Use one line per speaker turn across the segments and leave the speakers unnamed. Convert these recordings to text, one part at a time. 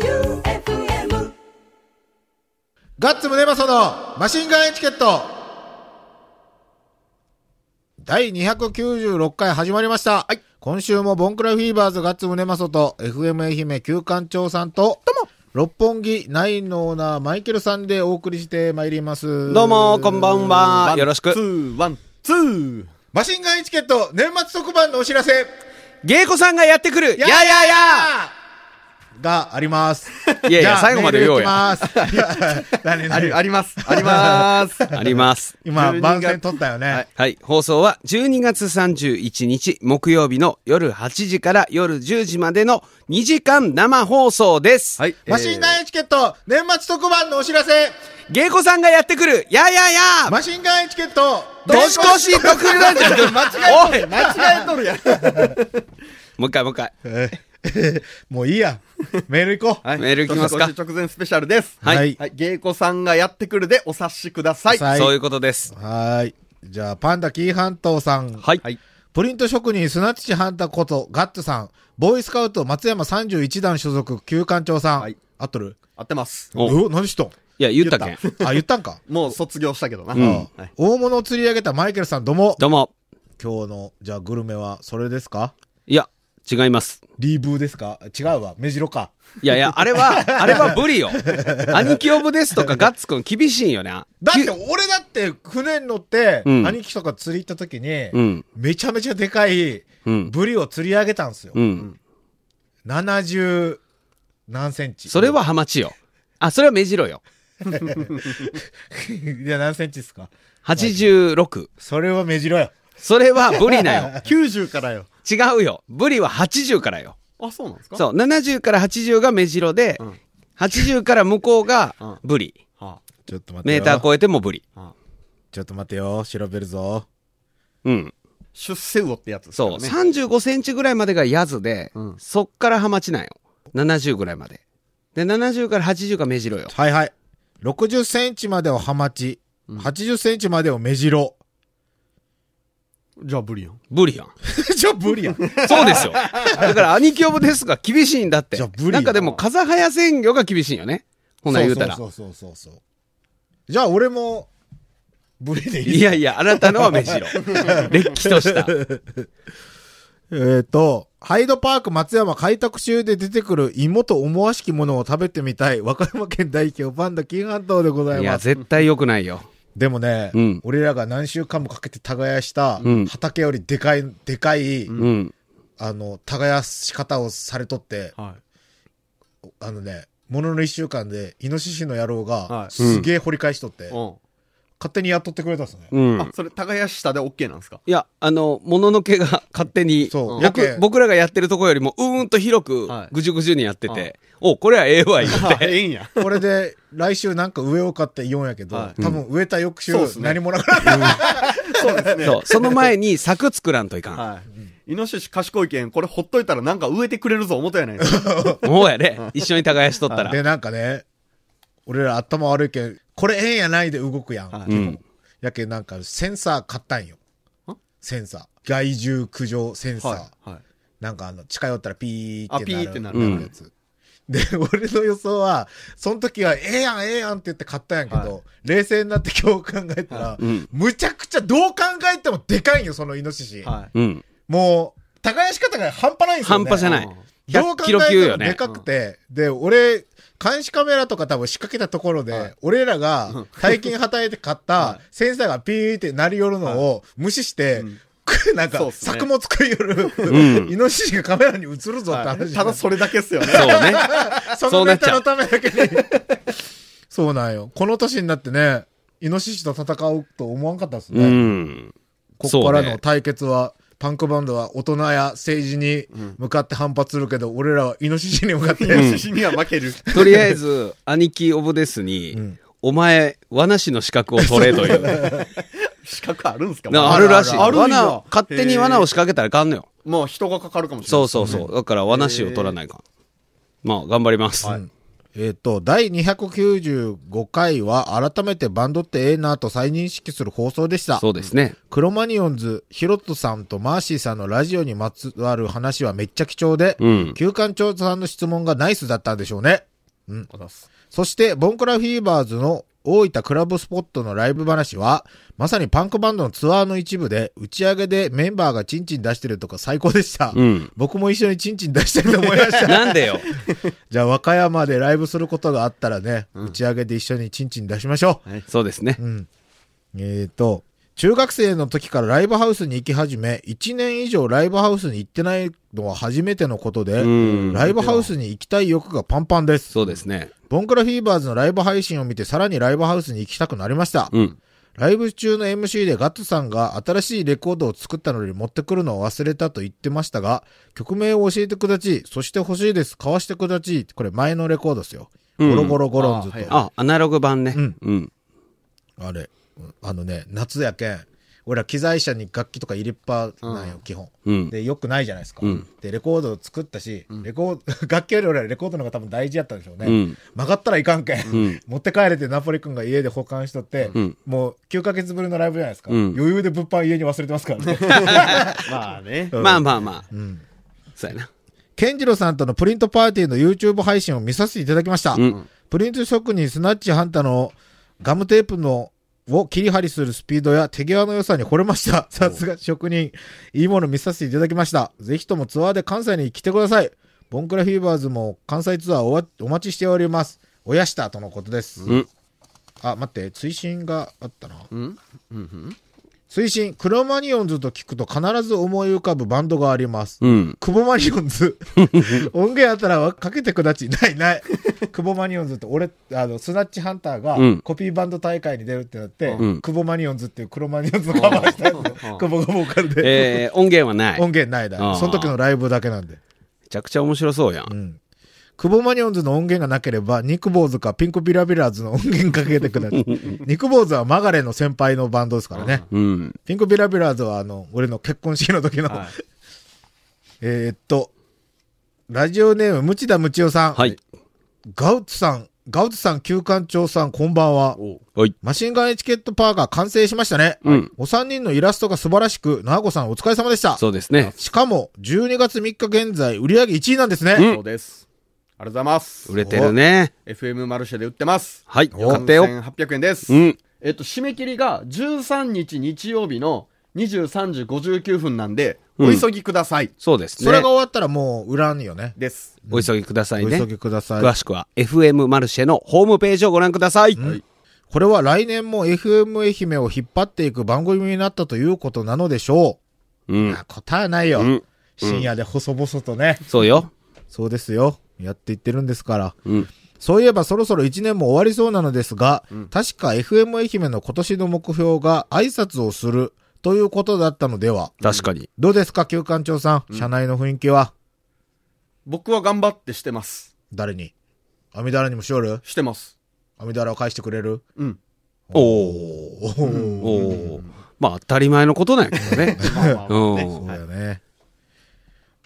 J-O-E-U-F-M
ガッツムネマソのマシンガンエチケット第296回始まりました。今週もボンクラフィーバーズガッツムネマソと FM 愛媛旧館長さんと、六本木ナインのオーナーマイケルさんでお送りしてまいります。
どうも、こんばんは。よろしく。
ツー、ワン、ツー。
マシンガンエチケット年末特番のお知らせ
芸妓さんがやってくるややや
があります。
いやいや、最後まで言おう
じ
や。
ゃあメールいきます。 何
あり、
何
あります。あ ります。
あります。
今、
12
番宣取ったよね。
はい
はい。放送は12月31日木曜日の夜8時から夜10時までの2時間生放送です。
はい。
マシンガ
ン。
ンエチケット年末特番のお知らせ
芸妓さんがやってくるややや
マシンガンエチケット
年越し特番じゃん おい
間違えとるやん。
もう一回もう一回。
えー もういいや。メール行こう。
はい
メール行きますか
年越し直前スペシャルです。
はい
はい
はい。芸妓さんがやってくるでお察しください。
さはい
そういうことです。
はーい。じゃあ、パンダキー半島さん。
はい。
はい
プリント職人、スナッチハンタこと、ガッツさん。ボーイスカウト、松山31団所属、旧館長さん。
はい
合っとる
合ってます。
お
お何しとん
いや、言ったけん。
あ、言ったん か。
もう卒業したけどな。
うん
あ
はい
大物を釣り上げたマイケルさん、どうも。
どうも。
今日の、じゃあ、グルメは、それですか
いや、違います。
リーブーですか違うわ。目白か。
いやいや、あれは、あれはブリよ。兄貴オブですとかガッツくん厳しいんよね。
だって、俺だって、船に乗って、
うん
兄貴とか釣り行った時に、
うん。
めちゃめちゃでかい、
うん。
ブリを釣り上げたんですよ。
うん。
70何センチ。
それはハマチよ。あ、それは目白よ。
いや、何センチですか
86。
それは目白よ。
それはブリな よ。
90からよ。
違うよ。ブリは80からよ。
あ、そうなんですか
そう。70から80が目白で、
ん
80から向こうがブリ。
う。は
ちょっと待って
メ
よ。
ーター超えてもブリ。
あはあ
ちょっと待ってよ。調べるぞ。
うん。
出世魚ってやつですか
そう。
らね。
35センチぐらいまでがヤズで、
うん
そっからハマチなんよ。70ぐらいまで。で、70から80が目白よ。
はいはい。60センチまでをハマチ。80センチまでを目白。
じゃあブリオン。
ブリやん。
じゃあブリやん。
そうですよ。だから、兄貴オブですが厳しいんだって。
じゃあブリ
なんかでも、風早鮮魚が厳しいんよね。 ほな言うたら。
そうそうそうそうそう。じゃあ俺も、ブリでいい
いやいや、あなたのは 目白。れっきとした。
えっ、と、ハイドパーク松山開拓集で出てくる芋と思わしきものを食べてみたい、和歌山県代表パンダ金半島でござい
いや、
ます。
絶対良くないよ。
でもね、
うん
俺らが何週間もかけて耕した
うん、
畑よりでかい、でかい、
うん。
あの、耕し方をされとって、
は
あのね、ものの一週間で、イノシシの野郎
は
が、
い
すげえ掘り返しとって、
い。う。
勝手に雇ってくれたんですね。
うん
あ
ん。、
それ、耕したで OK なんですか
いや、あの、もののけが勝手に、
そううんやけ
僕僕らがやってるとこよりも、うーんと広く
はい、
ぐじゅぐじゅにやって
は
て、お、これはええわ、言
あ
っ、て。
ええんや。
これで、来週なんか植えようかって言うんやけど、
はい
多分植えた翌週
そうっ、すね
何もなくなった。
そうですね。
そう、その前に柵作らんといか
はい。イノシシ賢いけん、これほっといたらなんか植えてくれるぞ思ったやないですか。
ん。もうやで、一緒に耕しとったら。
で、なんかね、俺ら頭悪いけん、これええんやないで動くやん。
は
う
い
ん。
やけんなんかセンサー買ったんよ
ん。
センサー。害獣駆除センサー。
はい。はい。
なんかあの、近寄ったらピーってなる。
あピーってなる
やつ。で、 俺の予想は、その時は、ええやん、ええやんって言って買ったんやけど、
は
冷静になって今日考えたら、
うん。
むちゃくちゃどう考えてもでかいんよ、そのイノシシ。
はい。
うん。
もう、耕し方が半端ないんですよ、ね。
半端じゃない
うん。
どう
100
考
キロ級
えて
よ
も
ね
でかくて、で、俺、監視カメラとか多分仕掛けたところで、
はい
俺らが大金はたいて買った、センサーがピーって鳴り寄るのを無視して、 なん
そ
か、
うっすね
作物食い寄る、
う ん
イノシシがカメラに映るぞって
は
話
い
に
た
な
だ
る
それだけっすよね。
そうね。
そ
そ
の
うな
ネ
っち
タ
ゃ
の
う
ためだけに。 そうなんよ。この年になってね、イノシシと戦うと思わんかったですね。
うん。
ここから
そうね
の対決は、パンクバンドは大人や政治に向かって反発するけど、俺らはイノシシに向かって、
イノシシには負ける。
とりあえず、兄貴オブですに、お前、罠師の資格を取れという。
資格あるんすか
なあ
も
る
う
らしい。
あるんや
罠を、勝手に罠を仕掛けたらあかんのよ。
もう人がかかるかもしれない。
そうそうそう。だから、罠師を取らないかん。まあ、頑張ります。
いえっ、と、第295回は改めてバンドってええなと再認識する放送でした。
そうですね。
クロマニオンズ、ヒロトさんとマーシーさんのラジオにまつわる話はめっちゃ貴重で、
うん。
旧館長さんの質問がナイスだったんでしょうね。うん。そして、ボンクラフィーバーズの大分クラブスポットのライブ話は、まさにパンクバンドのツアーの一部で、打ち上げでメンバーがチンチン出してるとか最高でした。
うん。
僕も一緒にチンチン出してると思いました。
なんでよ。
じゃあ、和歌山でライブすることがあったらね、打ち上げで一緒にチンチン出しましょう。
そうですね。
うん。えーと、中学生の時からライブハウスに行き始め、1年以上ライブハウスに行ってないのは初めてのことで、
うん。
ライブハウスに行きたい欲がパンパンです。
そうですね。
ボンクラフィーバーズのライブ配信を見て、さらにライブハウスに行きたくなりました。
うん。
ライブ中の MC でガッツさんが新しいレコードを作ったのに持ってくるのを忘れたと言ってましたが、曲名を教えてくだち、そして欲しいです、買わしてくだち、これ前のレコードですよ。
う
ゴ
ん
ロゴロゴロンズと。
あはい
あ
あ、アナログ版ね。
うん
うん。
れ、あのね、夏やけん、俺ら機材車に楽器とか入れっぱなんよ、基本。
うん。
で、よくないじゃないですか。
うん
で、レコードを作ったし、レコード、 楽器より俺らレコードの方が多分大事やったんでしょうね。
うん
曲がったらいかんけん。
うん。
持って帰れてナポリ君が家で保管しとって、
うん
もう9ヶ月ぶりのライブじゃないですか。
うん
余裕で物販家に忘れてますからね。
まあね。
まあまあまあ。
うん。
そうやな。
ケンジロさんとのプリントパーティーの YouTube 配信を見させていただきました。
うん。
プリント職人スナッチハンターのガムテープのを切り張りするスピードや手際の良さに惚れました。さすが職人。いいもの見させていただきました。ぜひともツアーで関西に来てください。ボンクラフィーバーズも関西ツアーおわお待ちしております。おやしたとのことです。
うん。
あ、待って、追伸があったな。
うんうん
推進、クロマニオンズと聞くと必ず思い浮かぶバンドがあります。
うん。
クボマニオンズ。音源あったらかけてくだち。ないない。クボマニオンズって俺、あの、スナッチハンターが
うん
コピーバンド大会に出るってなって、
うん
クボマニオンズっていうクロマニオンズのカバーしたんで
うん、
クボがボーカルで。
えー、音源はない。
音
め
源ないだ
あ。ー
その時のライブだけなんで。
ちゃくちゃ面白そうや。
うんん。クボマニオンズの音源がなければ、ニクボーズかピンクビラビラーズの音源かけてくだち。ニクボーズはマガレの先輩のバンドですからね。
うん。
ピンクビラビラーズは、あの、俺の結婚式の時の、
はい
えーっと、ラジオネーム、ムチダムチオさん。
はい。
ガウツさん、ガウツさん、旧館長さん、こんばんは。
おう
はい。
マシンガンエチケットパーカー完成しましたね。
うん。
お三人のイラストが素晴らしく、ナーゴさんお疲れ様でした。
そうですね。
しかも、12月3日現在、売り上げ1位なんですね。
うん
そうです。ありがとうございます
売。れてるね。
FM マルシェで売ってます。
はい。
お
よかったよ。
800円です。
うん。
えっと、締め切りが13日日曜日の23時59分なんで、
うん
お急ぎください。
そうです
それ
ね
が。終わったらもう売らんよね。
です。
お急ぎください
お
ね
急。ぎください。
詳しくは FM マルシェのホームページをご覧ください。
うんこれは来年も FM 愛媛を引っ張っていく番組になったということなのでしょ
うん
う。。あ答えないよ。
うん。
深夜で細々とね。
そうよ。
そうですよ。やっていってるんですから。
うん。
そういえばそろそろ1年も終わりそうなのですが、確か FM 愛媛の今年の目標が挨拶をするということだったのでは。
確かに。
どうですか、旧館長さん。社内の雰囲気は、
僕は頑張ってしてます。
誰に網だらにもしおる
してます。
網だらを返してくれる
うん。
お
おー。
おお。まあ、当たり前のことなんやけどね。
まあまあまあね
うん
そう
は
だ
い
よね。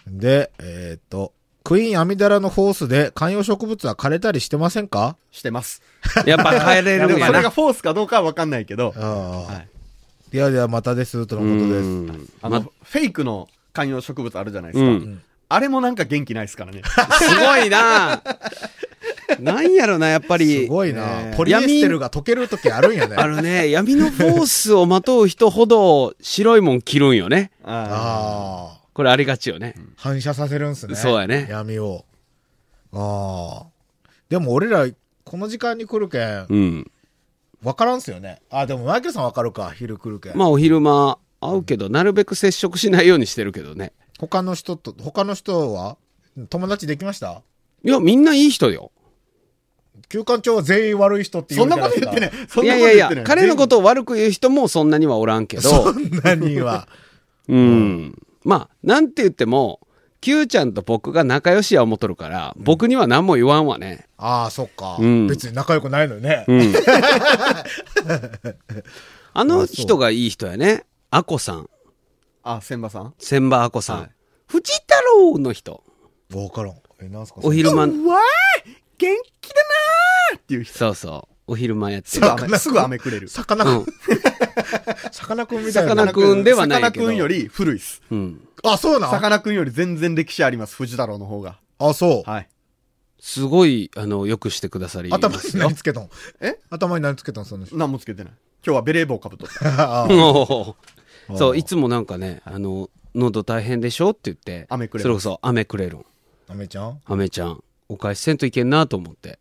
で、えーっと、クイーン網だらのホースで観葉植物は枯れたりしてませんか
してます。
やっぱ帰れ
で
るん
も
や
それが
な。
フォースかどうかは分かんないけど、
ああ。
はい
ではではまたです、とのことです。
うん
あ
ま
の、フェイクの観葉植物あるじゃないで
う
すか。
ん。
あれもなんか元気ないですからね。
すごいな。なんやろな、やっぱ
す
り。
ごい
ね
な。
え
ポリエステルが溶ける時あるんやね。
あのね、闇のフォースをまとう人ほど白いもん着るんよね。
あ
あ
これありがちよね。
あ。反射させるんすね。
そうやね
闇を。ああ。でも俺ら、この時間に来るけん、
うん。
わからんすよね。あ、でもマイケルさんわかるか、昼来るけん。
まあお昼間会うけど、なるべく接触しないようにしてるけどね。
他の人と、他の人は友達できました
いや、みんないい人よ。
休館長は全員悪い人って
ー
言う
そ
んじ
な
ゃな
こ
いですか。
と言ってない。そん
い
な
やい
こと
やい
言
や
ってない。、
彼のことを悪く言う人もそんなにはおらんけ
そ
ど、
んなに は。
うん。まあ、なんて言っても、Q ちゃんと僕が仲良しや思っとるから、僕には何も言わんわね。
ああ、そっか、
うん
別に仲良くないのにね。
うん。あの人がいい人やね。アコさん。
あ、千葉さん
千葉アコさん。
はい
藤太郎の人。
わからん。え、なんすか
お昼間。
わー元気でっていう人。
そうそう。お昼間やって
す
る
ぐ。
魚
雨、すぐ雨くれる。
さかなク
う
ン
ん。
さかなクンみたいな。
さかなクンではないけど
さかなクンより古いっす。
うん。
あ、そうな
さ
ん
かなクンより全然歴史あります、藤太郎の方が。
あ、そう。
はい。
すごい、あの、よくしてくださりま
頭に
すよ。
何つけとん
え
頭に何つけとんそ の人。
何もつけてない。今日はベレー帽かぶっとった。
あ
おーそ
あー
う、いつもなんかね、あの、喉大変でしょって言って、
飴くれる
それこそ、雨くれるん。
あめちゃん
雨ちゃん、お返しせんといけんなと思って。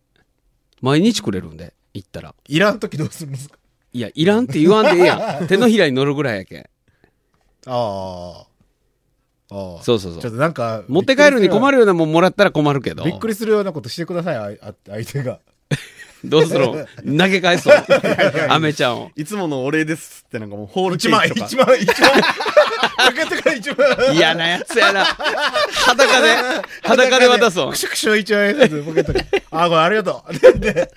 毎日くれるんで、行ったら。
いらんときどうするんですか
いや、いらんって言わんでええやん。手のひらに乗るぐらいやけん。
ああ。ああ。
そうそう
ち
そ
ょっ
う。
となんか。
持って帰るに困
る。
るようなもんもらったら困るけど
び。っくりするようなことしてください、ああ相手が。
どうするん投げ返そう。雨ちゃんを。
いつものお礼ですってなんかもうホールケ
1
ー
万、
キとか。
1万、1万。 かけてから1万。
嫌なやつやな。裸で、裸で渡そ う
く。しゃくしゃ1万円ずつポケットに。ああ、これありがとう。で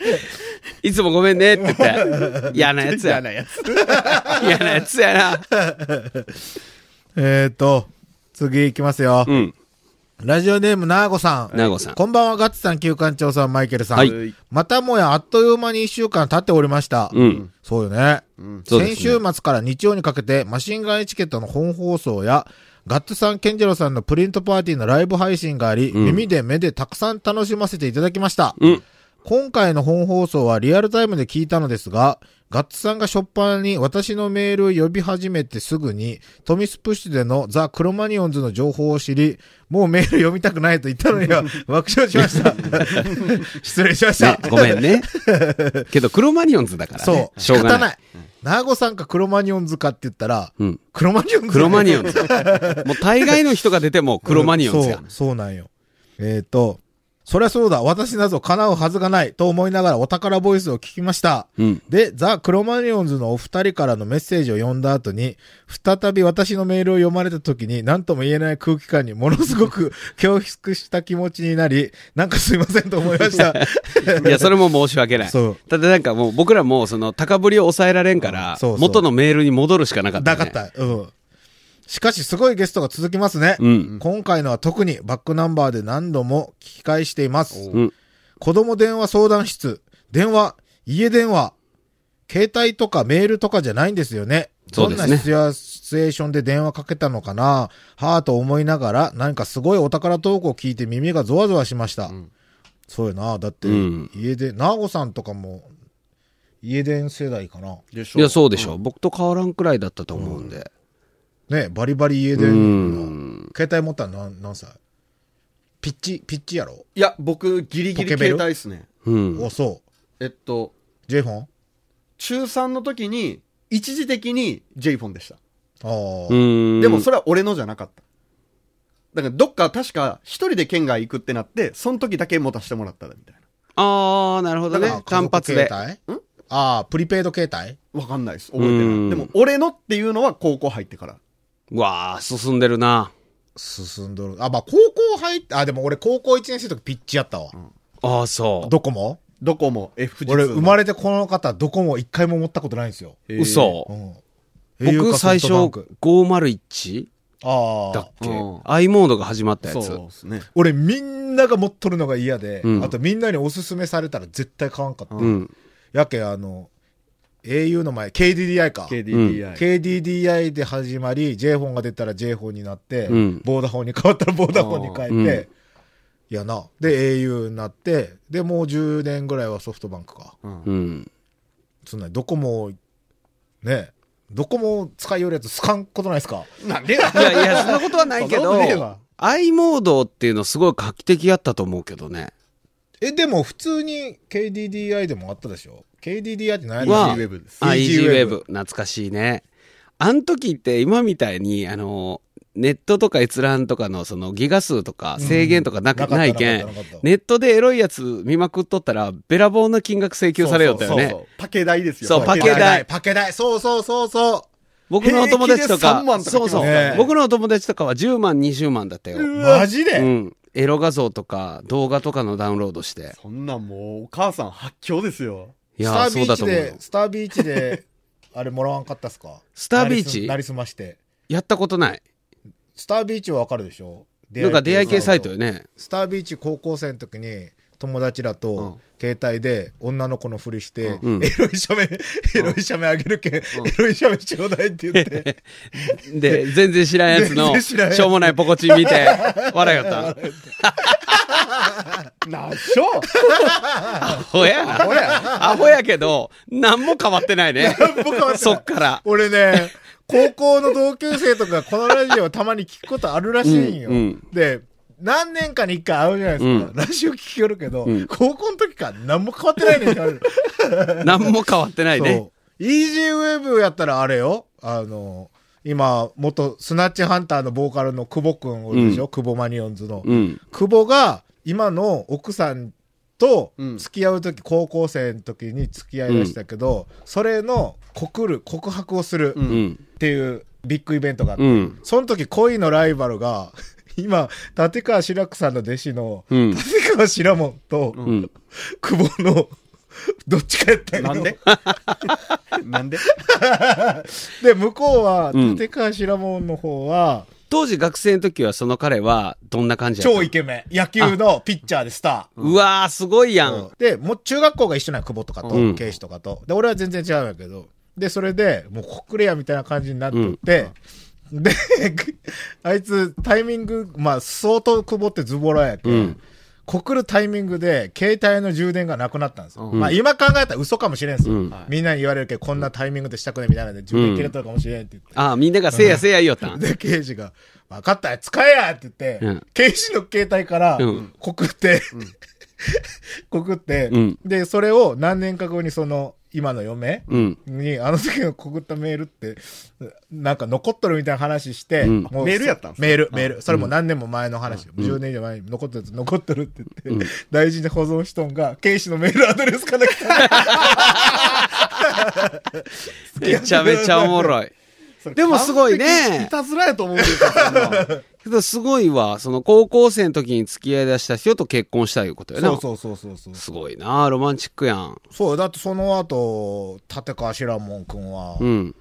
いつもごめんねって言って。嫌なやつや
嫌。なやつ。
嫌なやつやな。
えっと、次いきますよ。
うん。
ラジオネーム、なーごさん。
なーごさん
こんばんは、ガッツさん、旧館長さん、マイケルさん。
はい
またもや、あっという間に一週間経っておりました。
うん。
そうよね。
そうですね
先週末から日曜にかけて、マシンガンエチケットの本放送や、ガッツさん、ケンジロさんのプリントパーティーのライブ配信があり、
ん
耳で目でたくさん楽しませていただきました。
うん。
今回の本放送はリアルタイムで聞いたのですが、ガッツさんが初っ端に私のメールを呼び始めてすぐに、トミスプッシュでのザ・クロマニオンズの情報を知り、もうメール読みたくないと言ったのには爆笑しま した。失礼しました。
ごめ んね。けど、クロマニオンズだからね。
そう。
し
仕
ょうが
方
な。
ないい。ナーゴさんかクロマニオンズかって言ったら、
うん。
クロマニオンズ。
クロマニ オンズ。もう大概の人が出てもクロマニオンズや
そう。、そうなんよ。えっ、と、そりゃそうだ、私など叶うはずがないと思いながらお宝ボイスを聞きました。
うん。
で、ザ・クロマニオンズのお二人からのメッセージを読んだ後に、再び私のメールを読まれた時に何とも言えない空気感にものすごく 恐縮した気持ちになり、なんかすいませんと思いました。
いや、それも申し訳ない。
そう
ただなんかもう僕らもその高ぶりを抑えられんから
そうそ、う
元のメールに戻るしかなかった、
な
ね。
かった。うん。しかし、すごいゲストが続きますね。
うん。
今回のは特にバックナンバーで何度も聞き返しています。
うん。
子供電話相談室、電話、家電話、携帯とかメールとかじゃないんですよね。
そうですね
どんなシチュアシチュエーションで電話かけたのかなはぁと思いながら、何かすごいお宝トークを聞いて耳がゾワゾワしました。そうやな。だって、
うん
家で、なおさんとかも、家電世代かな。
でしょ
いや、そうでしょう、僕と変わらんくらいだったと思うんで。
ね、バリバリ家電。
うん
携帯持ったの何何歳ピッチ、ピッチやろ、
いや、僕、ギリギ
ポ
リ
ケベル
携帯っすね。
うん。
お、そう。
えっと、
j フォン
中3の時に、一時的に j フォンでした。
ああ、
うん。
でもそれは俺のじゃなかった。だからどっか確か一人で県外行くってなって、その時だけ持たせてもらったみたい
ああ、なるほどね
あ。
単発
家
で。
族携帯んああ、プリペイド携帯
な。わかんないです。覚えて
う
なんい。でも俺のっていうのは高校入ってから。
うわあ、進んでるな。
進んどる。あ、まあ、高校入って、あ、でも俺高校1年生の時ピッチやったわ。
ああ、そう。
ドコモ
どこも F 字
俺生まれてこの方、ドコモ一回も持ったことないんですよ。
嘘
う。ん。
僕最初、
au かソフトバンク
501?
あ
だっ
あ。
け、
うん
?i モードが始まったやつ。
そうですね。
俺みんなが持っとるのが嫌で、
うん
あとみんなにおすすめされたら絶対買わんかった。
うん。
やけ、あの、au の前、KDDI か。
KDDI。
KDDI で始まり、j フォンが出たら j フォンになって、
うん
ボーダフォンに変わったらボーダフォンに変え
あーう
て、いやな。で、au になって、で、もう10年ぐらいはソフトバンクか。
うん
うん。
そんな、ドコモ、ね、ドコモ使いよるやつ、すかんことないですか
なんでや
いやいや、 そんなことはないけ
そんなことねえわ
ど、i モードっていうのすごい画期的やったと思うけどね。
え、でも普通に KDDI でもあったでしょ ?KDDI って何や
は
っ
EasyWeb です
あ EasyWeb
EasyWeb
懐かしいね。あの時って今みたいに、あの、ネットとか閲覧とかのそのギガ数とか制限とかなく、
なかった
ないけ
なんかったなかった、
ネットでエロいやつ見まくっとったら、べらぼうな金額請求されよったよね。
そうそうパケ代ですよ。
そうパケ代
パケ代、そうそうそうそ
僕のお友達と
平気で
か
3万、とか
そうそう
来ますからね、
僕のお友達とかは10万、20万だったよ。
う。マジで、
うん。エロ画像とか動画とかのダウンロードして。
そんなんもう、お母さん発狂ですよ。
い
スタ
やー、
ー
そう
ビー
だ
チ
と思うよ
で、。スタービーチ で、あれもらわんかったっすか
スタービー
なり
チ
すなりすまして。
やったことない。
スタービーチはわかるでしょ
なんか出会い系サイトよ
ね。
ね。
スタービーチ高校生の時に、友達らと、携帯で女の子のふりして、
うん
エロい写メ、エロい写メあげるけん、エロい写メちょうだいって言って、
で、 全然知らんやつ
全
の、
然知らんやつ
しょうもないポコチン見て、笑いよっ
なっしょ
た。アホやな。アホやけど、何も変わってないね。そっから。
俺ね、高校の同級生とかこのラジオたまに聞くことあるらしいんよ。
うんうん
で、何年かに一回会うじゃないですか。
うん
ラジオ聞きよるけど、
うん
高校の時から何も変わってないねんって言われる。
何も変わってないね。
そう。イージーウェーブやったらあれよ。あの、今、元スナッチハンターのボーカルの久保くんおるでしょ、久保マニオンズの。
うん。
久保が今の奥さんと
うん
付き合う時、高校生の時に付き合いましたけど、それの告る、告白をする
う
うんん。
っていうビッグイベントがあって、
うん。
その時恋のライバルが、 今、立川志らくさんの弟子の、
うん。
立川志らもんと、
うん。
久保の、どっちかやったんよ
な んでなんで
で、向こうは、
うん
立川志らもんの方は、
当時学生の時はその彼はどんな感じやった
超イケメン。野球のピッチャーでスター。
うわー、すごいや
うん
ん。
で、もう中学校が一緒なんよ久保とかと、
うん
慶子とかと。で、俺は全然違うんやけど。で、それで、もう国れやみたいな感じになっとって、で、 あいつタイミング、まあ、相当久保ってズボラやけ、
うん
告るタイミングで、携帯の充電がなくなったんですよ。
うん
まあ、今考えたら嘘かもしれんすよ。
うん
みんなに言われるけど、こんなタイミングでしたくねみたいなんで、充電切れとるかもしれんって言って。
あー、みんながせいやせいや言おったん。
で、刑事が、分かった、使えやって言って、
うん
刑事の携帯から
うん、
告って、 告って、
うん
で、それを何年か後にその、今の嫁
うん。
に、あの時の告ったメールって、なんか残っとるみたいな話して、
うん
もう
メールやったんすね
メール、メール。それも何年も前の話。10年以上前に残ったやつ残っとるって言って、大事に保存しとんが、刑事のメールアドレスから来た。
めちゃめちゃおもろい。でもすごいね
い。たずらやと思うんですよそんなん
けどすごいわ。その高校生の時に付き合いだした人と結婚したいうことやな。
そうそうそうそうそう。
すごいなロマンチックやん。
そう、だってその後、立川志らもんくんは、
うん。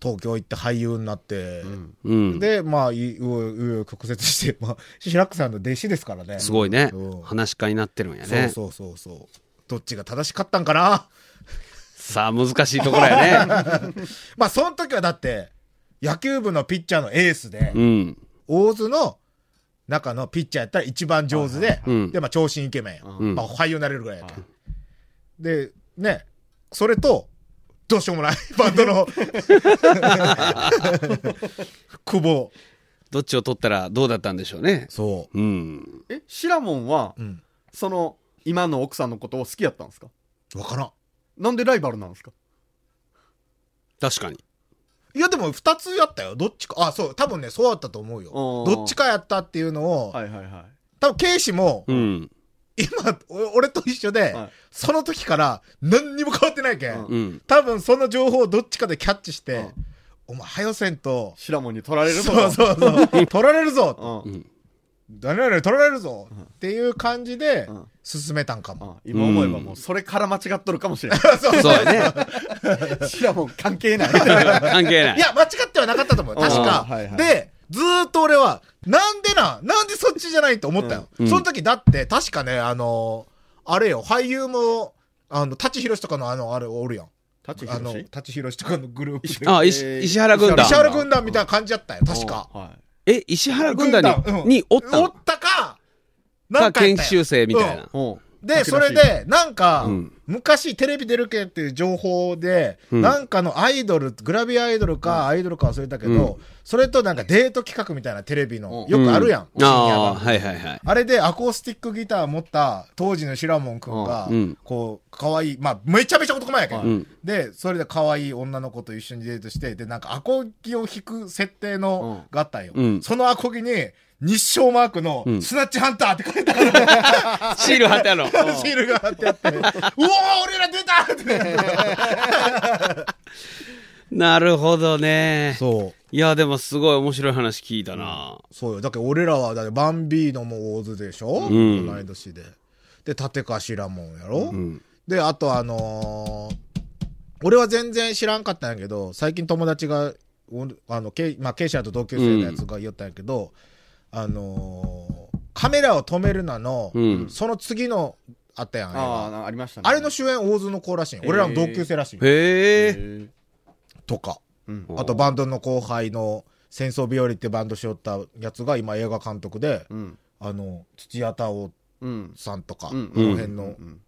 東京行って俳優になって、
うん。
で、まあ、いうう曲折して、まあ、白くさんの弟子ですからね。
すごいね
うん。
話し家になってるんや
そう
ね。
そうそうそう。どっちが正しかったんかな
さあ、難しいところや ね。
まあ、その時はだって、野球部のピッチャーのエースで
う、ん。
大津の中のピッチャーやったら一番上手で、
うん
で、まあ、長身イケメンや。
ん
まあ、俳優になれるぐらいやけん。で、ね、それと、どうしようもない、 バンド の、久保。
どっちを取ったらどうだったんでしょうね。
そ
うん。
えシラモンは
う。うん。
その今の奥さんのことを好きやったんですか
わからん。
なんでライバルなんですか
確かに。
いや、でも二つやったよ。どっちか。あ、そう。多分ね、そうだったと思うよ。
おー
どっちかやったっていうのを、
はいはいは
多分、ケイシも、
うん。
今、お俺と一緒で、
はい
その時から何にも変わってないけん。
うん
うん。
多分、その情報をどっちかでキャッチして、
うん
お前、はよせんと
い。、シラモンに取られると
そうそうそう。取られるぞ
う
うんん。
誰々に取られるぞ、
ん
っていう感じで
うん、
進めたんかも。
うん今思えばもうそれから間違っとるかもしれ
そうやね。
ない。 シラモン関係ない。
関係ない
い。や、間違ってはなかったと思う。確か
あーはいは。い
で、ずーっと俺は、なんでなんなんでそっちじゃないと思ったよ。
うん
その時だって、確かね、あのーあれよ、俳優も、あの、舘ひろしとかのあの、あれおるやん。
立
あの、舘ひろしとかのグループで。
あ、石石原軍
石
石
団。
原軍団みたいな感じやったよ、確か。
は
え、石原軍団
軍団うん
に、におっ
おったたか、な
か
んかや
研
ったよ
修生みたい
うん
な。
い。おう
で、そ
武
れ
田信
で、なんか
うん、
昔テレビ出るけんっていう情報で、
うん
なんかのアイドル、グラビアアイドルかアイドルか忘れたけど、それとなんかデート企画みたいなテレビの、よくあるやん、
う
深夜
ああ、
番組
はいはいはい。
あれでアコースティックギター持った当時のシラモンくんが
うんうん、
こう、可愛いまあ、めちゃめちゃ男前やけ
は
う
ど
ん。
で、それで可愛い女の子と一緒にデートして、で、なんかアコギを弾く設定の
うん
があったんよ
うん。
そのアコギに、日照マークの
うん
スナッチハンターって書いてある
シール貼ってあるの。
シールが貼ってあって、うおー俺ら出たって
なるほどね。
そう。
いや、でもすごい面白い話聞いたな。
そうよ。だけど俺らは、だってバンビーノも大津でしょ、
うん
同い年で。で、立川志らもんやろ、
うん。
で、あとあのー俺は全然知らんかったんやけど、最近友達が、おあの、ケイまあ、ケイシャと同級生のやつが言ったんやけど、あのーカメラを止めるなの、
うん
その次のあったやん。映
あ
画
あ、ありましたね。
あれの主演大津の子らしい。俺らの同級生らしい。
へえ。
え
とか。
うん
あとバンドの後輩の戦争日和ってバンドしよったやつが今映画監督で、
うん。
あの、土屋太鳳
うん。
さんとか、
うん
この辺
う
の
ん。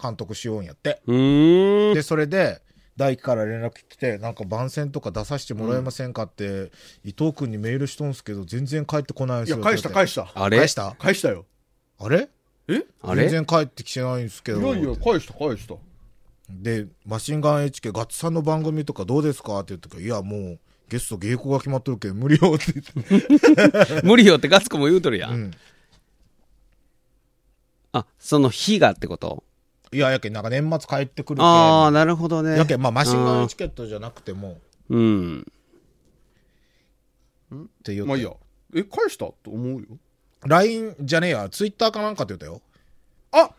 監督しようんやって。
うーん。
で、それで、大輝から連絡来て、なんか番宣とか出させてもらえませんかって、伊藤君にメールしとんすけど、全然帰ってこないんで
い
す
や、
よ。
返した、
返
返
し
した。
あ
た。
れ
返した
返したよ。
あれ
え
あれ
全然帰ってきてないんですけど。
いやいや、返した、返した。
で、マシンガン HK、ガッツさんの番組とかどうですかって言ったから、いや、もう、ゲスト芸妓が決まっとるけど無理よって言って。
無理よってガツコも言うとるやん。
うん
あ、その日がってこと
いや、やけんなんか年末帰ってくるけん
ああ、なるほどね。
やけんまあ、マシンガ
う
ン
ん
チケットじゃなくても、
うん。
って言って。
まあいいや。え、返したと思うよ。
LINE じゃねえや、Twitter かなんかって言ったよ。
あ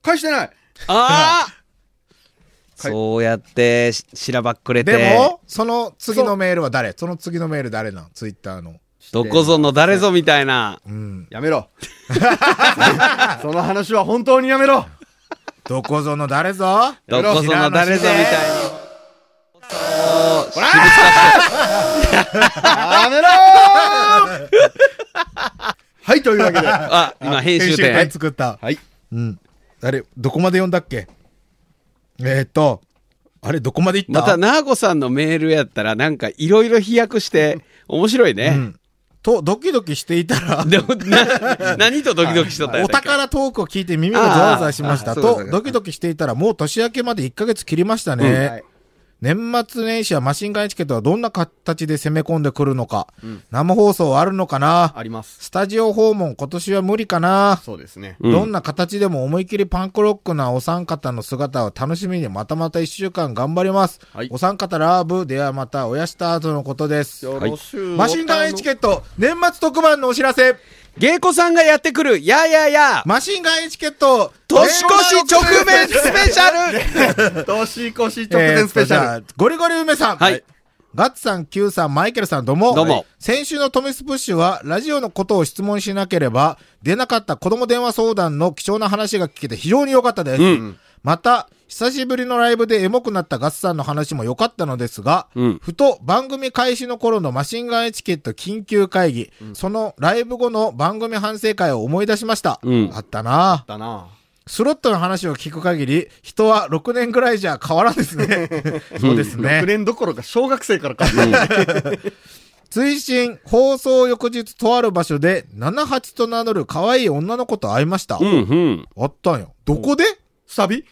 返してない
ああ
はい
そうやってし、しらばっくれて。
でも、その次のメールは誰その次のメール誰なんツイッターの。
どこぞの誰ぞみたいな。
うん。
やめろ。 その話は本当にやめろ。
どこぞの誰ぞ
どこぞの誰ぞみたいな。お知る
やめろ はい、というわけで。は
あ、今編
会
集点。
作った。
い。
うん。あれ、どこまで読んだっけえーっと、あれ、どこまで行った
また、なーこさんのメールやったら、なんか、いろいろ飛躍して、面白いうね。
ん。と、ドキドキしていた ら、
でも、な、何とドキドキしとったんや
お
ったっけ
宝トークを聞いて耳がざわざわしました
あーあーそうかそ
と
う、か
ドキドキしていたら、もう年明けまで1ヶ月切りましたね。
はい
年末年始はマシンガンチケットはどんな形で攻め込んでくるのか、生放送あるのかな
あります。
スタジオ訪問今年は無理かな、
そうですね。
ん
どんな形でも思い切りパンクロックなお三方の姿を楽しみにまたまた一週間頑張ります。
はい
お三方ラブではまたおやした後のことです。
よろしゅう。
マシンガンエチケット年末特番のお知らせ
芸妓さんがやってくる、やーやーやー
マシンガンエチケット
年越し直面スペシャル
年越し直前スペシャル。
ル。ゴリゴリ梅さん。
はい
ガッツさん、Q さん、マイケルさん、どうも。
どうも
先週のトミスプッシュは、ラジオのことを質問しなければ、出なかった子供電話相談の貴重な話が聞けて非常に良かったです。また、久しぶりのライブでエモくなったガッツさんの話も良かったのですが、
うん
ふと番組開始の頃のマシンガンエチケット緊急会議、そのライブ後の番組反省会を思い出しました。
うん
あったなぁ。
だな
スロットの話を聞く限り、人は6年ぐらいじゃ変わらんですね。そうです
6
ね。
年どころか小学生からか。は
追伸、放送翌日とある場所で、78と名乗る可愛い女の子と会いました。
うんうん。
あったんよ。どこで
サビ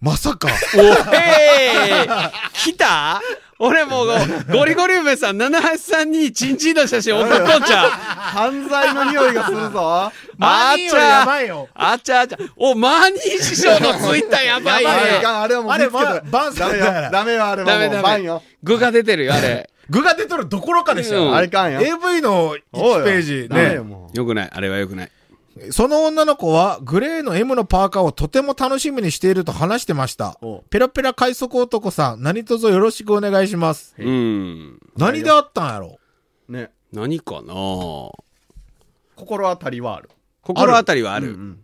まさか。
おへー来た俺もう、ゴリゴリ梅さん、七八さんに、チンチンの写真送っとんちゃう。
犯罪の匂いがするぞ。
あ
ーよ
ー
り
ち
や
ゃ
ば
ー
いよ。
あちゃあちゃ。お、マーニー師匠のツイッターやばい ね
あ。れいかんあれはもう
あれ
見つけた
ば
ら
バンする
ダメよ
だから
ダメよあれ
ダメ
はもうバ
ダ
ン
メ
よ。。
具が出てるよ、あれ。
具が出とるどころかでし
う
ょ。
ん
あれかんよ。
AV の
おい
1ページ
ダメよ
ね。
も
よくない。あれはよくない。
その女の子は、グレーの M のパーカーをとても楽しみにしていると話してました
お。
ペラペラ快速男さん、何卒よろしくお願いします。
うん。
何であったんやろ
うね。
何かな心
心当たりはある。
当たりはある。
ん。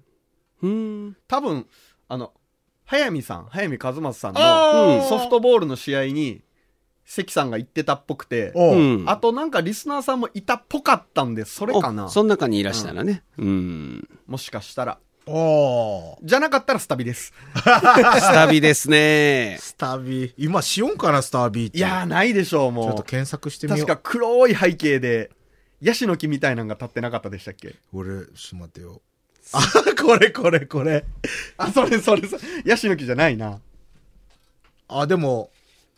うん。
多分、あの、速水さん、速水和正さん
あ
の
ー
ソフトボールの試合に、関さんが行ってたっぽくて、
お
うん
あとなんかリスナーさんもいたっぽかったんで、それかな
おその中にいらしたらね。うん。
もしかしたら。
おー。
じゃなかったらスタビです。
スタビですね。
スタービー。今、しよんかな、スタービーって。
いやー、ないでしょう、
ちょっと
も
検索して
う。
みよ
確
う。
か黒い背景で、ヤシの木みたいなのが立ってなかったでしたっけ
俺、ちょっと待ってよ。あ、これこれこれ。
あ、それそれそれ。ヤシの木じゃないな。
あ、でも、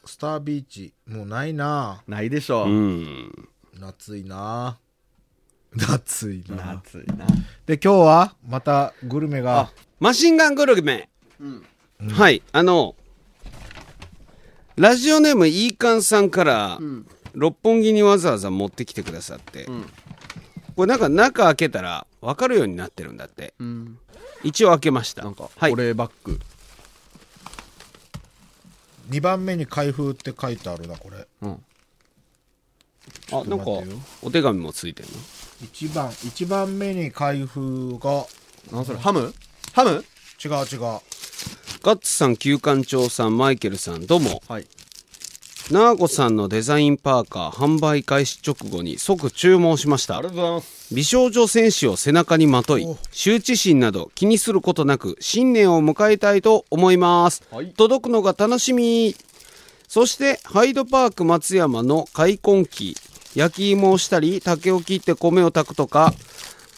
スタービーチ、もうないな
ないでしょ
う
う。
ん。
夏いな夏いな
夏いな。
で、今日は、また、グルメが、
マシンガングルメ。はい。あの、ラジオネームイーカンさんから、六本木にわざわざ持ってきてくださって、これなんか中開けたら分かるようになってるんだって。
うん。
一応開けました。
なんか、
はい
保。冷バッグ。
2番目に開封って書いてあるな、これ。
うん。
あ、なんか
待ってよ、
お手紙もついてるの
1番、一番目に開封が、
何それハムハム
違う違う。
ガッツさん、旧館長さん、マイケルさん、どうも。
はい。
ナーゴさんのデザインパーカー販売開始直後に即注文しまし
あ
た
りがとうございます。
美少女戦士を背中にまとい羞恥心など気にすることなく新年を迎えたいと思います、
はい
届くのが楽しみそしてハイドパーク松山の開墾期焼き芋をしたり竹を切って米を炊くとか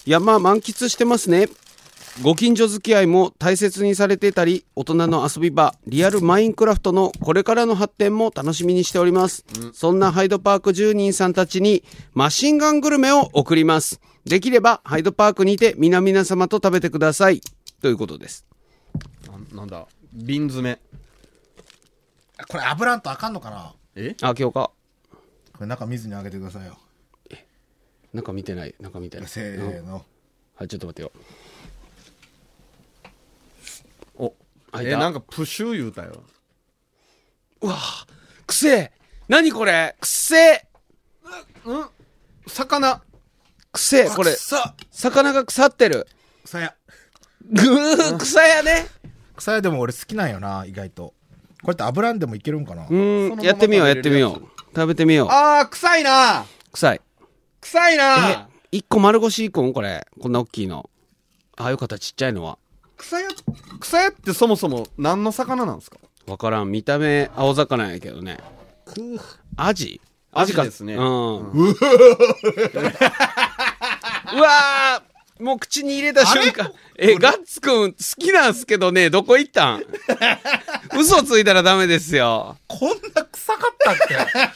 山満喫してますねご近所付き合いも大切にされてたり大人の遊び場リアルマインクラフトのこれからの発展も楽しみにしております、そんなハイドパーク住人さんたちにマシンガングルメを送りますできればハイドパークにて皆々様と食べてくださいということです
なんなんだ瓶詰め。
これ油んとあかんのかな
え
あ今日か
これ中水にあげてくださいよ。
なんか見てないなんか見てない
せーの。
はいちょっと待ってよ
お。
開い
え、
た
なんかプシュー言うたよ。
くせえ何これくせえ
魚
くせえこれ
さ
魚が腐ってる
草や。
ぐー草やね
草やでも俺好きなんよな、意外と。これって油んでもいけるんかな
う
そのま
ん
ま
やってみようやっ
食
て
べ
み
れるやつ
よう食べてみよう
あー、臭いな
臭い
臭い
え
な、
一個丸腰一個もこれ。こんな大きいの。ああ、よかった。ちっちゃいのは。
草屋、草屋ってそもそも何の魚なんですか
わからん。見た目、青魚やけどね。アジアジか。
アジですね
うん。うわーもう口に入れた瞬間。え、ガッツくん、好きなんすけどね、どこ行ったん嘘ついたらダメですよ。
こんな臭かったっ け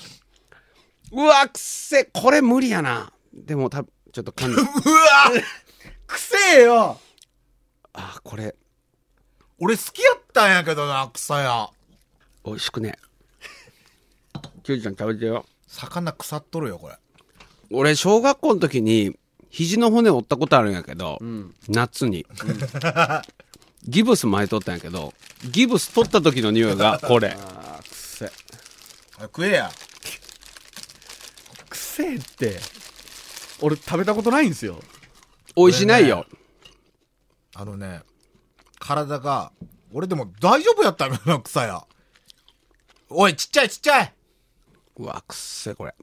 うわくっせ。これ無理やな。でも、た、ちょっと噛 んで。
くせえよ
あー、これ、
俺好きやったんやけどな、草や。
美味しくね。キュウジちゃん食べてよ。
魚腐っとるよ、これ。
俺小学校の時に肘の骨折ったことあるんやけど、夏に、ギブス巻いとったんやけどギブス取った時の匂いがこれ
あー、くせえ。
食えや。
くせえって。俺食べたことないんですよ。
美味しないよ、
あのね、体が、俺でも大丈夫やったんやな、草や。おい、ちっちゃいちっちゃい。
うわくっせえこれ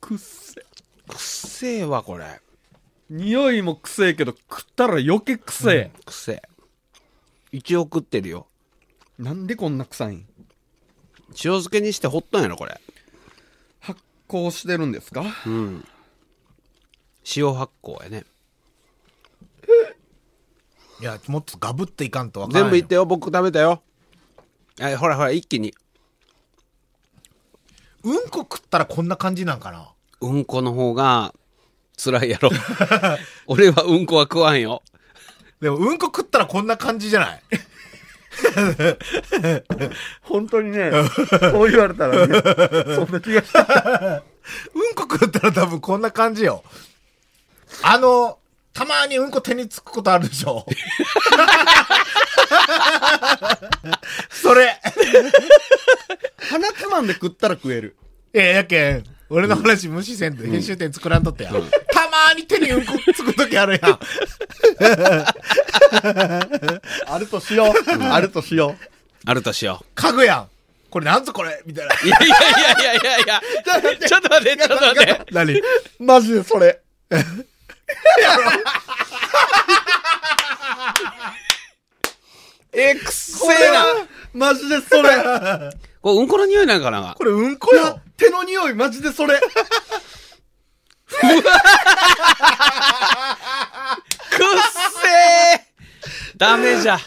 くっせえ。
くっせえわこれ
匂いもくせえけど、食ったら余計くせえ。
くっせえ一応食ってるよ
なんでこんな臭いん
塩漬けにしてほっとんやろこれ
発酵してるんですか、
塩発酵やね
いや、もっとガブっていかんとわからん
全
よ
部いってよ僕食べたよはいほらほら一気に
うんこ食ったらこんな感じなんかな
うんこの方が辛いやろ俺はうんこは食わんよ
でも、うんこ食ったらこんな感じじゃない
本当に ね、そう言われたらね、そんな気がした。
うんこ食ったら多分こんな感じよ。あの、たまにうんこ手につくことあるでしょそれ。
鼻つまんで食ったら食える。
いや、やけん。俺の話無視せんと編集点作らんとってや。たまに手にうんこつくときあるやん。
あるとしよう。あるとしよ
あるとしよう
家具やん。これなんぞこれみたいな。
いやいやいやいやいやいや。ちょっと待って、ちょっと待って。
何
う。マジでそれ。
え、くっせ
これ
えな。
な。マジでそ
こ
れ。
れ、うんこの匂いなんかな
これうんこ
この
よ。
手の匂いマジでそ
く
れ。
っせえダメじゃ。あ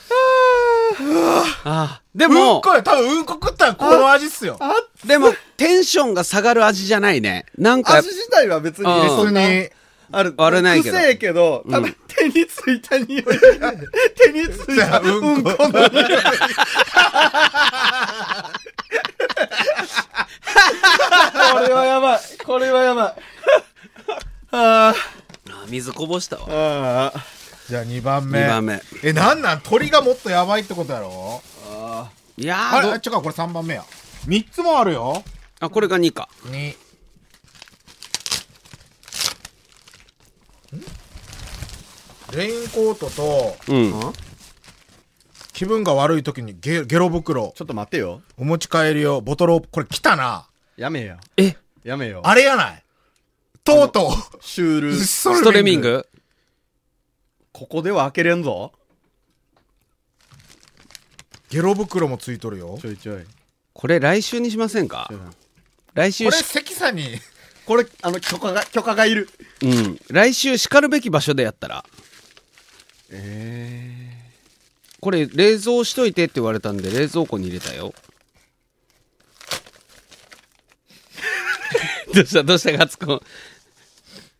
あで
うん
も、
こよ。多分うんこ食ったらこの味っすよ。
でも、テンションが下がる味じゃないね。なんか
味、自体は別に
うん
そんな
別に
ある。
悪ないけど
くせえけど、た
う
だ
ん
手についた匂いが、 手についた
うんこ
うんこの匂い。これはやばい。これはやばい。 あ
あ水こぼした
ー
わ。
あー。
じゃあ2番目。
2番目。
え、なんなん鳥がもっとやばいってことやろ
いや
あ
ー
れ、
ど
あ違う、これ3番目や。3つもあるよ。
あ、これが2か。
2。レインコートと、
うん。
気分が悪い時にゲゲロ袋、
ちょっと待ってよ。
お持ち帰り用、ボトルオープン、これ来たな。
やめよ。
え
やめよ。
あれやないとうと
シュー
う、
ル。
ス
ストレミング
ここでは開けれんぞ。
ゲロ袋もついとるよ。
ちょいちょい。
これ来週にしませんか
うん
来
これ、
週し、
関さんに、
これ、あの、許可が、許可がいる。
うん。来週叱るべき場所でやったら。
え
これ冷蔵しといてって言われたんで冷蔵庫に入れた よ。どうしたどうしたガッツくん。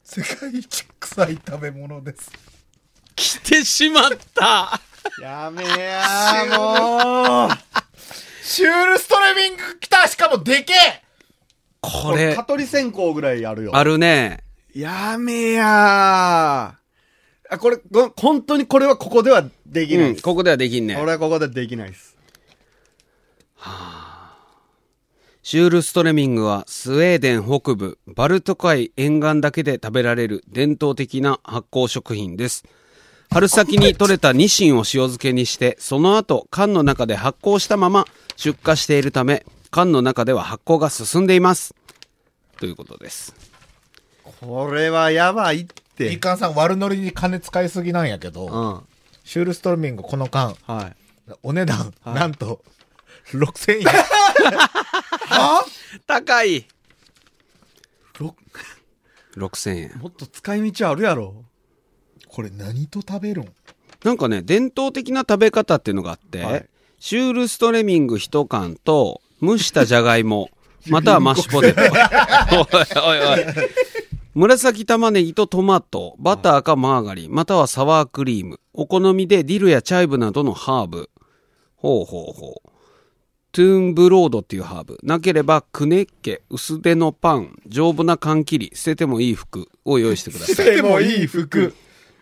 世界一臭い食べ物です。
来てしまった
ー、やめやー、もう。
シュールストレミング来たしかもでけえ
こ
これ、
れ
蚊、取り線香ぐらいあるよ。
あるね。
やめやー。あ、これ、ご本当にこれはここではでき
う
ない
ん、
です。
ここではできんね
こ。れはここでできないです。
シュールストレミングはスウェーデン北部バルト海沿岸だけで食べられる伝統的な発酵食品です。春先に採れたニシンを塩漬けにして、その後缶の中で発酵したまま出荷しているため、缶の中では発酵が進んでいます。ということです。
これはやばいって。
いかんさん悪ノリに金使いすぎなんやけど、
うん。は
シュールストレミングこの缶、
い。は
お値段、なんと、6000円。
あ
高い
ろ
!6000 円。
もっと使い道あるやろ。
これ何と食べるん
なんかね、伝統的な食べ方っていうのがあって、
はい
シュールストレミング1缶と、蒸したじゃがいも、またはマッシュポテト。おいおいおい。紫玉ねぎとトマト、バターかマーガリン、またはサワークリーム。お好みでディルやチャイブなどのハーブ。ほうほうほう。トゥーンブロードっていうハーブ。なければ、クネッケ、薄手のパン、丈夫な缶切り、捨ててもいい服を用意してください。
てもいい服。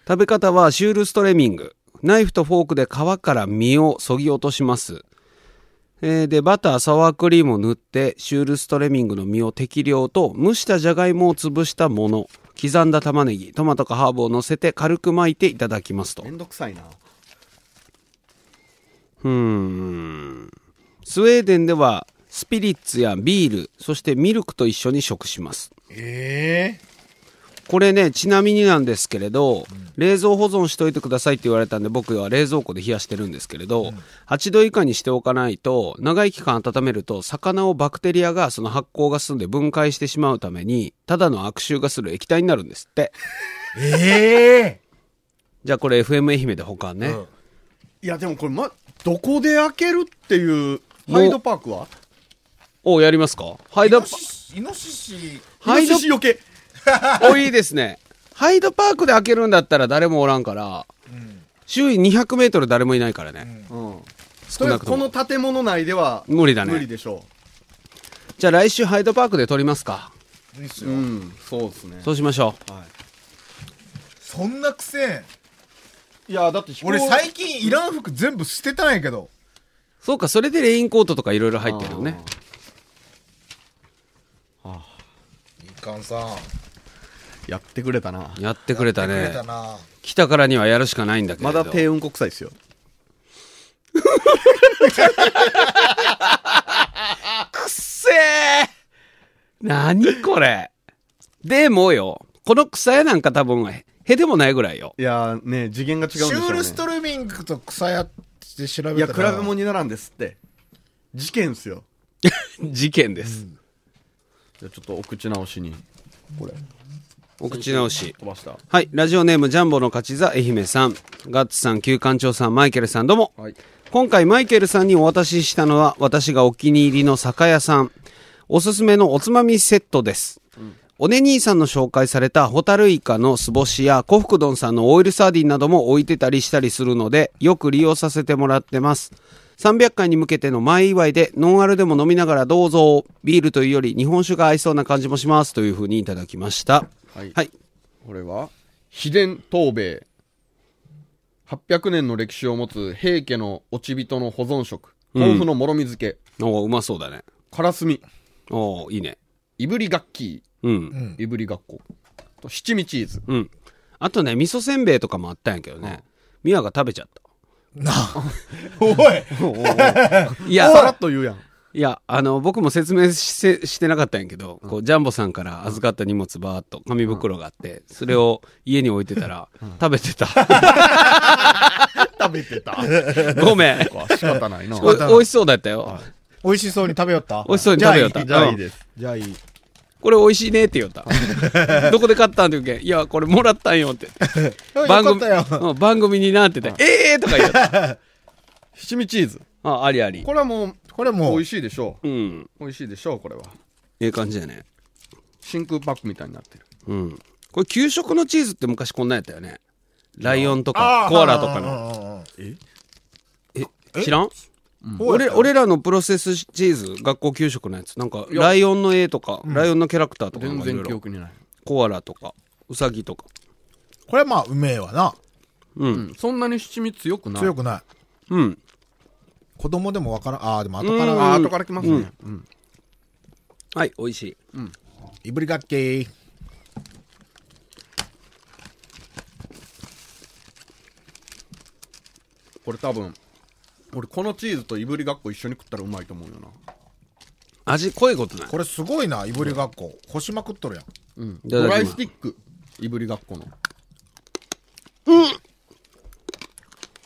食べ方はシュールストレミング。ナイフとフォークで皮から身を削ぎ落とします。えーで、バター、サワークリームを塗って、シュールストレミングの身を適量と、蒸したじゃがいもを潰したもの、刻んだ玉ねぎ、トマトかハーブを乗せて軽く巻いていただきますと
め。んどくさいな。
うーん。スウェーデンでは、スピリッツやビール、そしてミルクと一緒に食します。
ええ
これね、ちなみになんですけれど、冷蔵保存しといてくださいって言われたんで、僕は冷蔵庫で冷やしてるんですけれど、8度以下にしておかないと、長い期間温めると、魚をバクテリアがその発酵が進んで分解してしまうために、ただの悪臭がする液体になるんですって。
ええ
じゃあこれ FM 愛媛で保管ね。
うん
いや、でもこれ、ま、どこで開けるっていう、
う
ハイドパークは
おやりますかハイド、
イノシシ、
ハイ
イ
ド
ノシシよけ。
お、いいですね。ハイドパークで開けるんだったら誰もおらんから、周囲200メートル誰もいないからね。
うん。そ
少
れ
なくと
この
も。
建物内では、
無理だね
無理でしょ
じゃあ来週ハイドパークで撮りますか。
いいっす
う。
よ
うん、そうですね。
そうしましょう。
は
そんなくせん。
い。いや、だって飛行
俺最近いらん服全部捨てたんやけど。
そうか、それでレインコートとかいろいろ入ってるよね。
いかんさん。
やってくれたな。
やってくれた
くれ
ね
た。な。
来たからにはやるしかないんだけれ
ま
ど。
だ低運国際ですよ。
くっせえ何これ。でもよ、この草屋なんか多分、へでもないぐらいよ。
いやーね、次元が違うんで
シ
すよ、ね。
ュールストレミングと草屋って調べたら。
いや、比べ物にならんですって。事件っすよ。
事件です。
じゃあちょっとお口直しに
お口直し。
飛ばした。
はい、ラジオネームジャンボの勝ち座愛媛さん、ガッツさん、旧館長さん、マイケルさん、どうも。
はい。
今回マイケルさんにお渡ししたのは私がお気に入りの酒屋さんおすすめのおつまみセットです、おね兄さんの紹介されたホタルイカの酢干しやコフクドンさんのオイルサーディンなども置いてたりしたりするのでよく利用させてもらってます300回に向けての前祝いでノンアルでも飲みながらどうぞビールというより日本酒が合いそうな感じもしますというふうにいただきました
はい
はい、
これは、秘伝東米。800年の歴史を持つ平家の落ち人の保存食。豆腐のもろみ漬け。
おーうまそうだね
からすみ。
おーいいね
いぶりがっき
うん
ー。いぶりがっこ。と七味チーズ。
うん。あとね、味噌せんべいとかもあったんやけどね。ミワが食べちゃった。
な あ。おい
い
さら
や
っ、と言うやん。
いや、あの、僕も説明してしてなかったんやけど、こう、ジャンボさんから預かった荷物ばーっと紙袋があって、それを家に置いてたら、食べてた。
食べてた。
ごめん。
仕方ないな。
お美味しそうだったよ。
美味しそうに食べよった。
美味しそうに食べよった。
じゃあいい
うん
です。じゃあいい。
これ美味しいねって言った。どこで買ったんって言うけん。いや、これもらったんよって。
うん
番
よ
組、
かったよ。
うん番組になってて、ええーとか言った。
七味チーズ。
あ、ありあり
こ。れはもう、
これも
美
う
味、しいでしょう。
うん。
美味しいでしょう、これは。
ええ感じやね。
真空パックみたいになってる。
うん。これ、給食のチーズって昔こんなんやったよね。ライオンとか、コアラとかの。
の。
え知らん俺
俺、
俺らのプロセスチーズ、学校給食のやつ。なんか、
や
ライオンの絵とか、ライオンのキャラクターとかなん
全
かいろい
然記
ろ、
憶にない。
コアラとか、ウサギとか。
これはまあ、うめえわな。
う。
うんん。そんなに七味強くない。
強くない。
うん。
子供でもわからん。ああ、でも後か
うん
ら、
あー、後から来ますね。うん。
はい、美味しい。
いぶりがっけー。
これ多分、俺このチーズといぶりがっこ一緒に食ったらうまいと思うよな。
味濃いことない。
これすごいな、いぶりがっこ。干しまくっとるやん。
うん。
いただきます
ドライスティック。いぶりがっこの。うん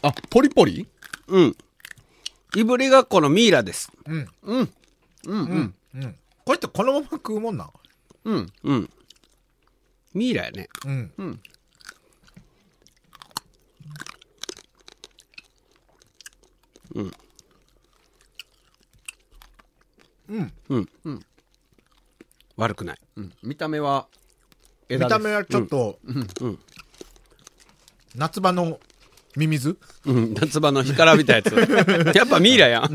あ、ポリポリ
うん。いぶりがっこのミイラです。
うん。うんうん。
うん。これってこのまま食うもんなん
うん。
うん。ミイラやね。
うん。
悪くない。
うん。見た目は、
見
枝です
た目はちょっと、夏場のミミ ズ
うん。夏場の干からびた やつ。やっぱミイラやん。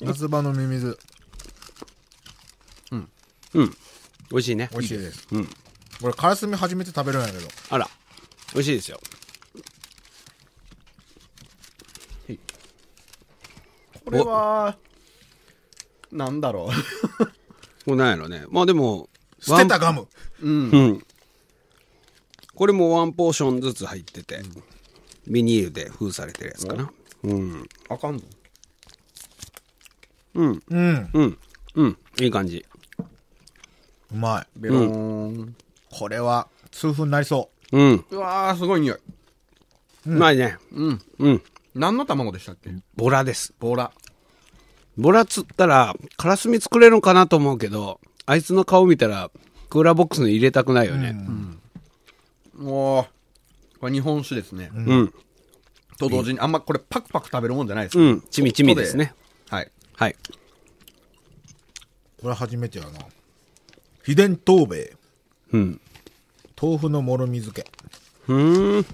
夏場のミミズ。
うん。美味しいね
美。味しいです。
うん。
これ、からすみ初めて食べるんやけど。
あら。美味しいですよ。
これは、なんだろ
これなんやろね。まあでも、
捨てた
ワン
ガム。
う。うん。
うん。これもワンポーションずつ入ってて、ビニールで封されてるやつかな。うん。
あかんぞ。
うん。
うん。
うん。うん。いい感じ。
うまい。
ベローン。
これは、痛風になりそ
うん。
うわー、すごい匂い。
うまいね。
うん。
うん。
何の卵でしたっけ
ボラです。
ボラ。
ボラ釣ったら、カラスミ作れるんかなと思うけど、あいつの顔見たら、クーラーボックスに入れたくないよね。
もう、これ日本酒ですね。
うん。
と同時に、あんまこれパクパク食べるもんじゃないです
う
ね
ん。ちみちみですね。。
はい。
はい。
う。これ初めてやな。秘伝東米。
うん。
豆腐のもろみ漬け。
うーん。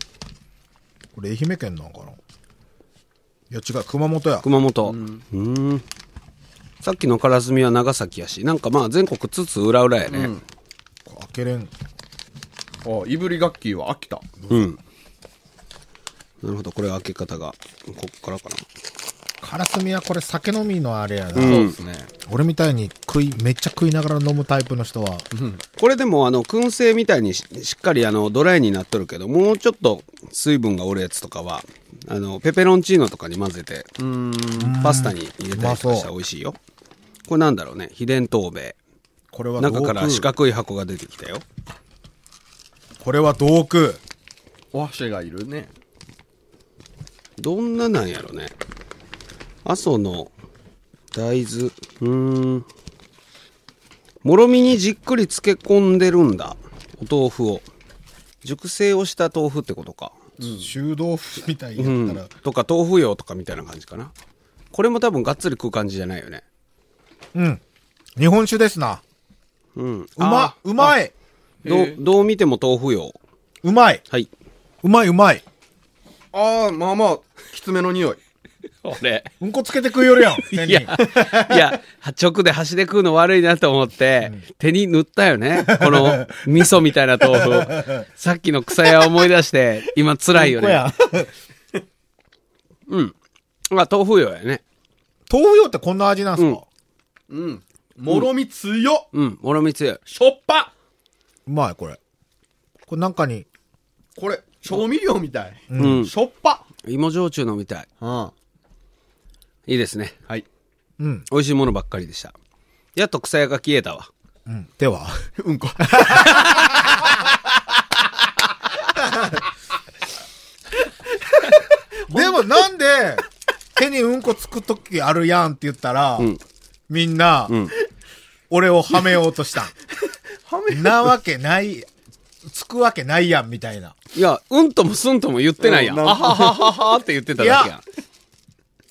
これ愛媛県なんかないや違う、熊本や。
熊本。うん。んさっきのカラスミは長崎やし、なんかまあ全国つつ裏裏やね。
開けれん。
あ、いぶりがっきーは秋田。
うん。なるほど。これ開け方が、こっからかな。
カラスミはこれ酒飲みのあれやな。
そうですね。
俺みたいに食い、めっちゃ食いながら飲むタイプの人は、
これでもあの、燻製みたいにししっかりあの、ドライになっとるけど、もうちょっと水分がおるやつとかは、あの、ペペロンチーノとかに混ぜて、パスタに入れたりとかしたら美味しいよ。これなんだろうね。秘伝東米。
これは
中から四
角
角い箱が出てきたよ。
これは道具。
お箸がいるね。
どんななんやろね。阿蘇の大豆。うーん。もろみにじっくり漬け込んでるんだ。お豆腐を。熟成をした豆腐ってことか。
修道腐みたいや
う
ったら
ん、。とか豆腐用とかみたいな感じかな。これも多分がっつり食う感じじゃないよね。
うん。日本酒ですな。
うん。う
うま、うまい。
どう、どう見ても豆腐用。
うまい。
はい。
うまいうまい。
あー、まあまあ、きつめの匂い。
これ。
うんこつけて食いよるやん。手
い
に
や、いや、直で箸で食うの悪いなと思って、手に塗ったよね。この味噌みたいな豆 腐。さっきの草屋を思い出して、今辛いよ
こ
ね。
や。
うん。あ、豆腐用やね。
豆腐用ってこんな味なんすか
うん。もろみ強っ
うん。もろみつゆ。
しょっぱ
うまい、これ。これなんかに、
これ、調味料みたい。
うん
しょっぱ。
芋焼酎飲みたい。
うん。はい
いですね。
い。
うん。
美味しいものばっかりでした。やっと草屋が消えたわ。
うん。では。
うん こ。
でもなんで、手にうんこつくときあるやんって言ったら、
ん
みんな、
ん
俺をはめようとした。
はめ
なわけない、つくわけないやんみたいな。
いや、うんともすんとも言ってないやん。あはははははって言ってただけや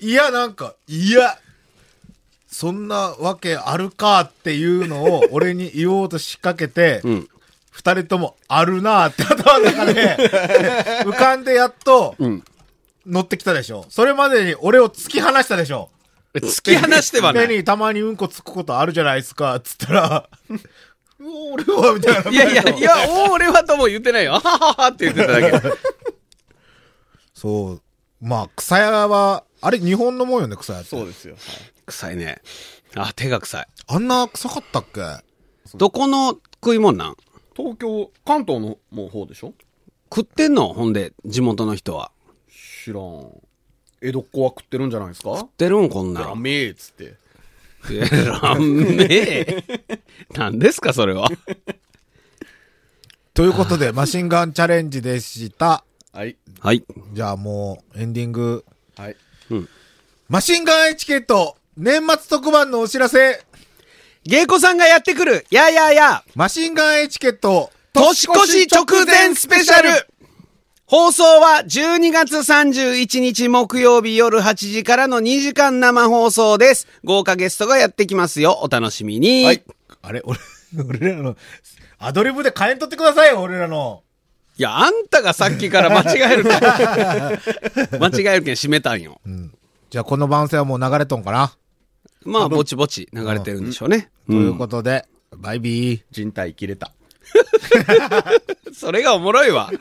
ん。
いや、なんか、いや、そんなわけあるかっていうのを俺に言おうと仕掛け て、
ん
二人ともあるなって頭の中 で浮かんでやっと
ん
乗ってきたでしょ。それまでに俺を突き放したでしょ。
突き放して はな
手
い。
にたまにうんこつくことあるじゃないですか、つったら、 うお俺は、みたいな。
いやい や、いや、俺はとも言ってないよ。あはははって言ってただ け。
そう。まあ、草屋は、あれ日本のもんよね、草屋って。
うですよ。
臭いね。あ、手が臭い。
あんな臭かったっけ
どこの食い物なん
東京、関東のもう方でしょ
食ってんのほんで、地元の人は。
知らん。江戸っ子は食ってるんじゃないですか
出るんこんな
ダ
ん。
メーっつって。
えらめえ。 何ですか、そ れは。
ということ で、マシンガンチャレンジでした。
はい。
はい。
じゃあもう、エンディング。
はい。
マシンガンエチケット、年末特番のお知らせ、
芸妓さんがやってくる、やーやーやー
マシンガンエチケット、
年越し直前スペシャル放送は12月31日木曜日夜8時からの2時間生放送です。豪華ゲストがやってきますよ。お楽しみに。
はい。あれ俺、 俺らの、アドリブで変えんとってくださいよ、俺らの。
いや、あんたがさっきから間違え るから。間違えるけん閉めたんよ。
じゃあこの番宣はもう流れとんかな、
まあ、ぼちぼち流れてるんでしょうね。う、
というんことで、バイビー。
人体切れた。
それがおもろいわ。